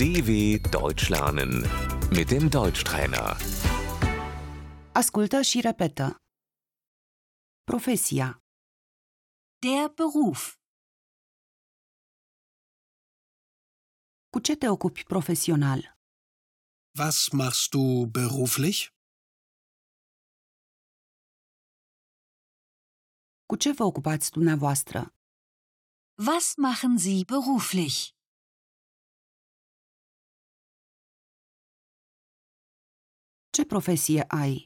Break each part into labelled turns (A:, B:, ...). A: DW Deutsch lernen mit dem Deutschtrainer.
B: Ascultă și repetă. Profesia.
C: Der Beruf.
B: Cu ce te ocupi profesional?
D: Was machst du beruflich?
B: Cu ce vă ocupați dumneavoastră?
C: Was machen Sie beruflich?
B: Ce profesie ai?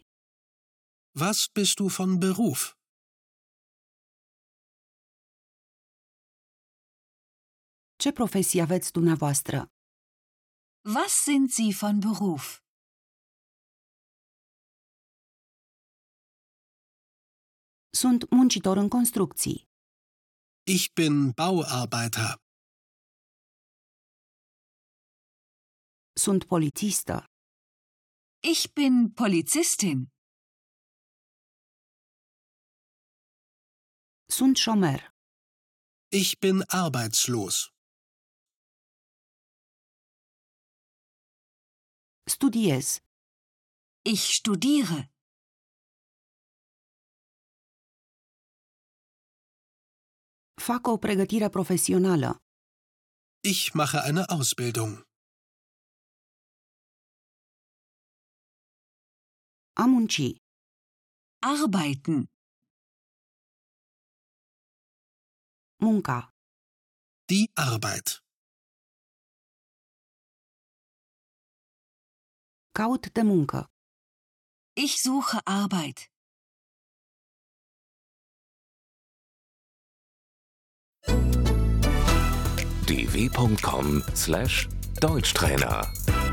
D: Was bist du von Beruf?
B: Ce profesie aveți dumneavoastră?
C: Was sind Sie von Beruf?
B: Sunt muncitor în construcții.
D: Ich bin Bauarbeiter.
B: Sunt polițistă.
C: Ich bin Polizistin.
B: Sunt șomer.
D: Ich bin arbeitslos.
B: Studiez.
C: Ich studiere.
B: Fac o pregătire profesională.
D: Ich mache eine Ausbildung.
B: A munci.
C: Arbeiten.
B: Munca.
D: Die Arbeit.
B: Caut de muncă.
C: Ich suche Arbeit.
A: dw.com/deutschtrainer